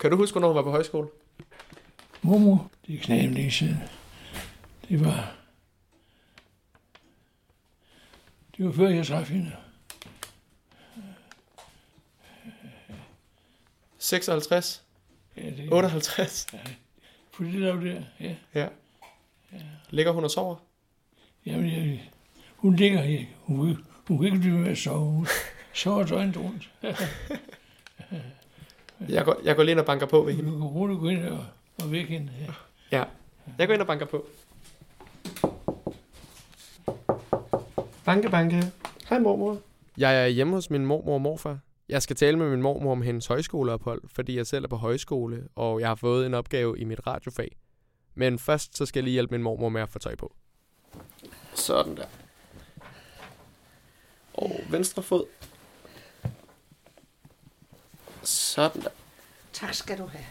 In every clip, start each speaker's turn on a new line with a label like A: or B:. A: Kan du huske, hvornår hun var på højskole?
B: Mormor, det er knap længe siden. Det var... Det var før jeg traf hende.
A: 56?
B: Ja, det,
A: 58?
B: På det lav der, ja.
A: Ja. Ligger hun og sover?
B: Jamen, jeg, hun ligger her. Hun, kan- hun kan ikke blive med at sove. Hun sover døgnet rundt.
A: Jeg går, jeg går lige ind og banker på ved
B: Du
A: hende.
B: kan roligt gå ind og, og vække hende. Ja.
A: Ja. Jeg går ind og banker på. Banke, banke. Hej mormor. Jeg er hjemme hos min mormor og morfar. Jeg skal tale med min mormor om hendes højskoleophold, fordi jeg selv er på højskole, og jeg har fået en opgave i mit radiofag. Men først så skal jeg lige hjælpe min mormor med at få tøj på. Sådan der. Og venstre fod. Sådan der.
C: Tak skal du have.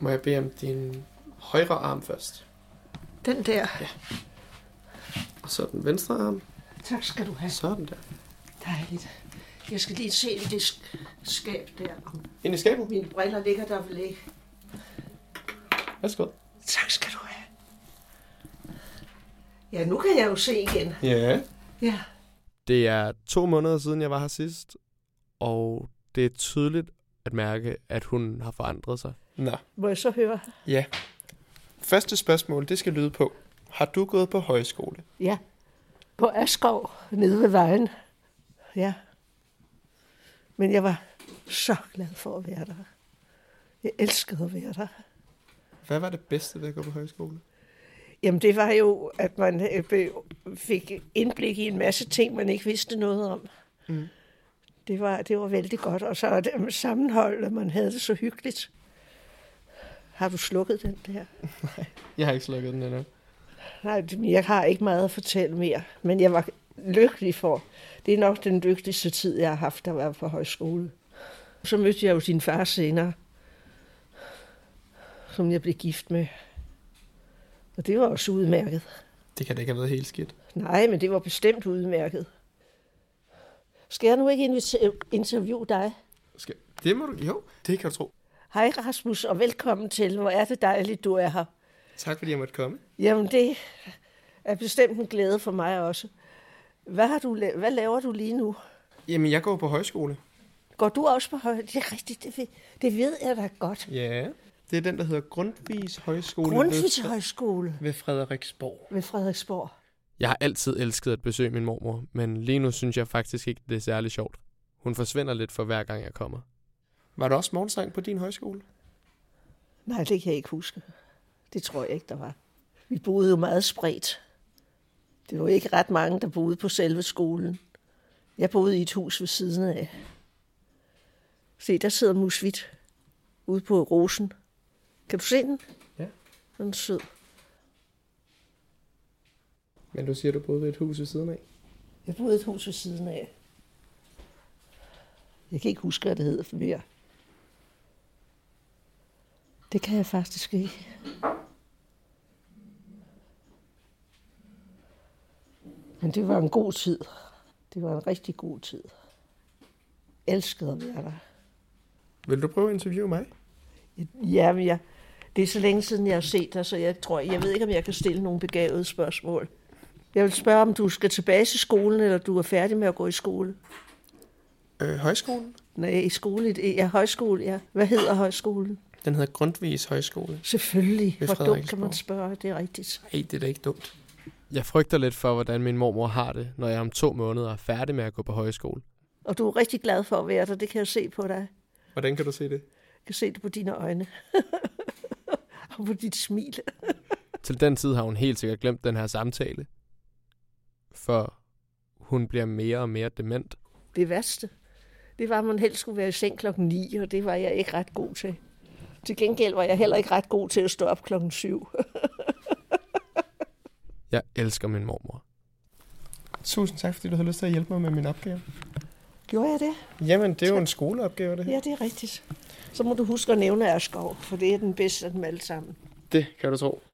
A: Må jeg bede om din højre arm først?
C: Den der.
A: Og så den venstre arm.
C: Tak skal du have.
A: Sådan der.
C: Dejligt. Jeg skal lige se i det sk- skab der. om
A: Ind i skabet.
C: Mine briller ligger der vel ikke.
A: Værsgo.
C: Tak skal du have. Ja, nu kan jeg jo se igen.
A: Ja.
C: Ja.
A: Det er to måneder siden, jeg var her sidst, og det er tydeligt at mærke, at hun har forandret sig. Nå.
C: Må jeg så høre?
A: Ja. Første spørgsmål, det skal lyde på. Har du gået på højskole?
C: Ja. På Askov, nede ved vejen. Ja. Men jeg var så glad for at være der. Jeg elskede at være der.
A: Hvad var det bedste ved at gå på højskole?
C: Jamen det var jo, at man øh, blev- fik indblik i en masse ting, man ikke vidste noget om.
A: Mm.
C: Det var, det var vældig godt. Og så det med sammenholdet, man havde det så hyggeligt. Har du slukket den der?
A: Jeg har ikke slukket den endnu.
C: Nej, det- men jeg har ikke meget at fortælle mere. Men jeg var lykkelig for. Det er nok den lykkeligste tid, jeg har haft, der var på højskole. Så mødte jeg jo din far senere, som jeg blev gift med. Og det var også udmærket.
A: Det kan da ikke have været helt skidt.
C: Nej, men det var bestemt udmærket. Skal jeg nu ikke invite- interviewe dig?
A: Skal... Det må du... Jo, det kan du tro.
C: Hej Rasmus, og velkommen til. Hvor er det dejligt, du er her.
A: Tak fordi jeg måtte komme.
C: Jamen, det er bestemt en glæde for mig også. Hvad, har du la- Hvad laver du lige nu?
A: Jamen, jeg går på højskole.
C: Går du også på højde? Det er rigtigt, det ved, det ved jeg da godt.
A: Ja. Det er den, der hedder Grundtvigs Højskole ved-
C: Grundtvigs Højskole
A: ved Frederiksborg.
C: ved Frederiksborg.
A: Jeg har altid elsket at besøge min mormor, men lige nu synes jeg faktisk ikke, det er særlig sjovt. Hun forsvinder lidt for hver gang jeg kommer. Var der også morgensang på din højskole?
C: Nej, det kan jeg ikke huske. Det tror jeg ikke, der var. Vi boede jo meget spredt. Det var ikke ret mange, der boede på selve skolen. Jeg boede i et hus ved siden af. Se, der sidder Musvit ude på rosen. Kan du se den?
A: Ja.
C: Den er sød.
A: Men du siger, du boede ved et hus ved siden af.
C: Jeg boede i et hus ved siden af. Jeg kan ikke huske, hvad det hedder for mere. Det kan jeg faktisk ikke. Men det var en god tid. Det var en rigtig god tid. Elskede at være der.
A: Vil du prøve at interviewe mig?
C: Ja, men jeg, det er så længe siden, jeg har set dig, så jeg tror, jeg ved ikke, om jeg kan stille nogle begavede spørgsmål. Jeg vil spørge, om du skal tilbage til skolen, eller du er færdig med at gå i skole.
A: Øh, højskolen?
C: Nej, i skole, i- ja, højskole, ja. Hvad hedder højskolen?
A: Den hedder Grundtvigs Højskole.
C: Selvfølgelig.
A: Ved
C: Hvor dumt kan man
A: Frederiksborg.
C: spørge, det er rigtigt.
A: Ej, det er da ikke dumt. Jeg frygter lidt for, hvordan min mormor har det, når jeg om to måneder er færdig med at gå på højskole.
C: Og du er rigtig glad for at være der, det kan jeg se på dig.
A: Hvordan kan du se det?
C: Jeg kan se det på dine øjne. og på dit smil.
A: Til den tid har hun helt sikkert glemt den her samtale. For hun bliver mere og mere dement.
C: Det værste, det var, at man helst skulle være i seng klokken 9, og det var jeg ikke ret god til. Til gengæld var jeg heller ikke ret god til at stå op klokken 7.
A: Jeg elsker min mormor. Tusind tak, fordi du havde lyst til at hjælpe mig med min opgave.
C: Gjorde jeg det?
A: Jamen, det er jo en skoleopgave, det her.
C: Ja, det er rigtigt. Så må du huske at nævne Askov, for det er den bedste af dem alle sammen.
A: Det kan du tro.